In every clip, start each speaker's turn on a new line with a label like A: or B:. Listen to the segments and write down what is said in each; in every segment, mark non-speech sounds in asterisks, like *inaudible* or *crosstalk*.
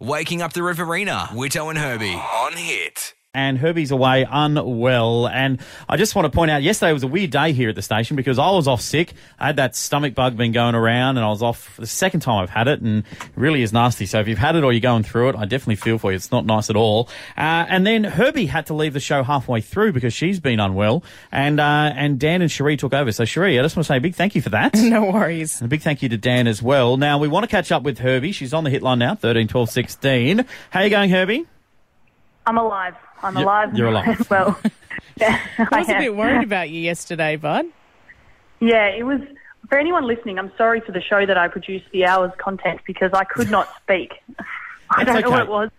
A: Waking Up the Riverina, Witto and Herbie on Hit.
B: and Herbie's away unwell. And I just want to point out, yesterday was a weird day here at the station because I was off sick. I had that stomach bug been going around, and I was off for the second time I've had it, and it really is nasty. So if you've had it or you're going through it, I definitely feel for you. It's not nice at all. Uh, and then Herbie had to leave the show halfway through because she's been unwell, and uh, and Dan and Cherie took over. So Cherie, I just want to say a big thank you for
C: *laughs*
B: that.
D: No worries.
B: And a big thank you to Dan as well. Now, we want to catch up with Herbie. She's on the hit line now, 13, 12, 16. How you going, Herbie?
C: I'm alive. I'm
B: You're-
C: alive. *laughs*
B: you're alive. *laughs*
C: well, *laughs* yeah,
D: I was
C: am.
D: a bit worried about you yesterday, bud.
C: Yeah, it was. For anyone listening, I'm sorry for the show that I produced the hours content because I
B: *laughs*
C: could not speak. *laughs* I
B: That's
C: don't know what
B: okay.
C: it was.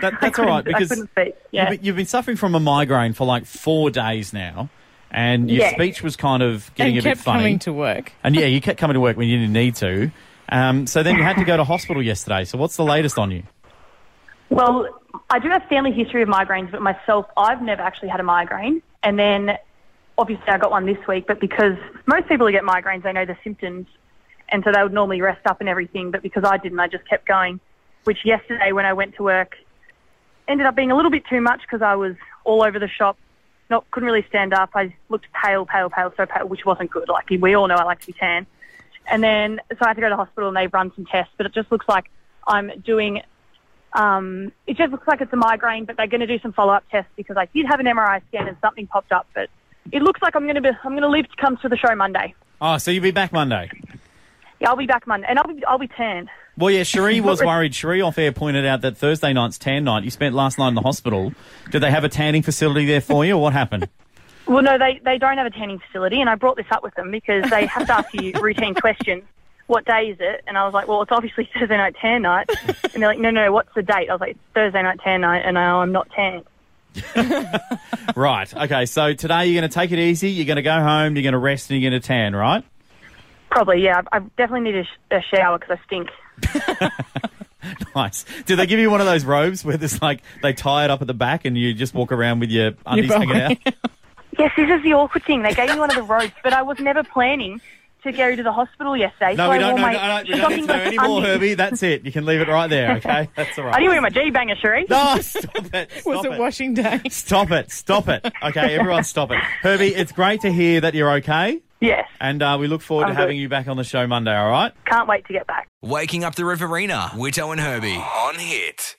B: That,
C: I
B: that's all right
C: couldn't- *laughs* I
B: because
C: couldn't speak. Yeah.
B: You've, been, you've been suffering from a migraine for like four days now, and your
C: Yeah.
B: speech was kind of getting
D: and
B: a bit
D: kept
B: funny.
D: coming to work.
B: and yeah, you kept coming to work when you didn't need to. Um, so then you had to go to hospital yesterday. So what's the latest on you?
C: Well, I do have family history of migraines, but myself, I've never actually had a migraine. And then, obviously, I got one this week. But because most people who get migraines, they know the symptoms, and so they would normally rest up and everything. But because I didn't, I just kept going. Which yesterday, when I went to work, ended up being a little bit too much because I was all over the shop. Not couldn't really stand up. I looked pale, pale, pale, so pale, which wasn't good. Like we all know, I like to be tan. And then, so I had to go to hospital, and they've run some tests. But it just looks like I'm doing um, it just looks like it's a migraine, but they're going to do some follow-up tests because I did have an MRI scan and something popped up, but it looks like I'm going to be I'm going to leave to come to the show Monday.
B: Oh, so you'll be back Monday.
C: Yeah, I'll be back Monday, and I'll be I'll be tanned.
B: Well, yeah, Cherie
D: *laughs*
B: was worried. Cherie off air pointed out that Thursday night's tan night. You spent last night in the hospital. Did they have a tanning facility there for you, or what
D: *laughs*
B: happened?
C: Well, no, they they don't have a tanning facility, and I brought this up with them because they have to ask you routine questions. What day is it? And I was like, well, it's obviously *laughs* Thursday night tan night. And they're like, no, no, what's the date? I was like, it's Thursday night tan night, and I, "Oh, I'm not tanned.
B: right. Okay. So today you're going to take it easy. You're going to go home. You're going to rest, and you're going to tan. Right.
C: Probably, yeah. I, I definitely need a, sh- a shower because I stink.
B: Nice. Do they give you one of those robes where there's like they tie it up at the back and you just walk around with your undies
D: bum
B: hanging
C: *laughs*
B: out?
C: Yes, this is the awkward thing. They gave me one of the robes, but I was never planning to go to the hospital yesterday.
B: No,
C: so
B: we
C: I
B: don't
C: wore
B: know.
C: my
B: No, no, we don't
C: shocking
B: need to know
C: black
B: anymore,
C: undies.
B: Herbie. That's it. You can leave it right there.
C: *laughs*
B: Okay, that's all right.
C: I didn't wear my G banger, Cherie.
B: No, *laughs* stop
C: *laughs*
B: it. Stop
D: Was it washing day?
B: Stop it. Stop it. Okay, everyone, stop it. Herbie, it's great to hear that you're okay,
C: Yes,
B: and uh, we look forward
C: I'm
B: to having
C: good.
B: you back on the show Monday. All right.
C: can't wait to get back.
A: Waking Up the Riverina, Witto and Herbie on Hit.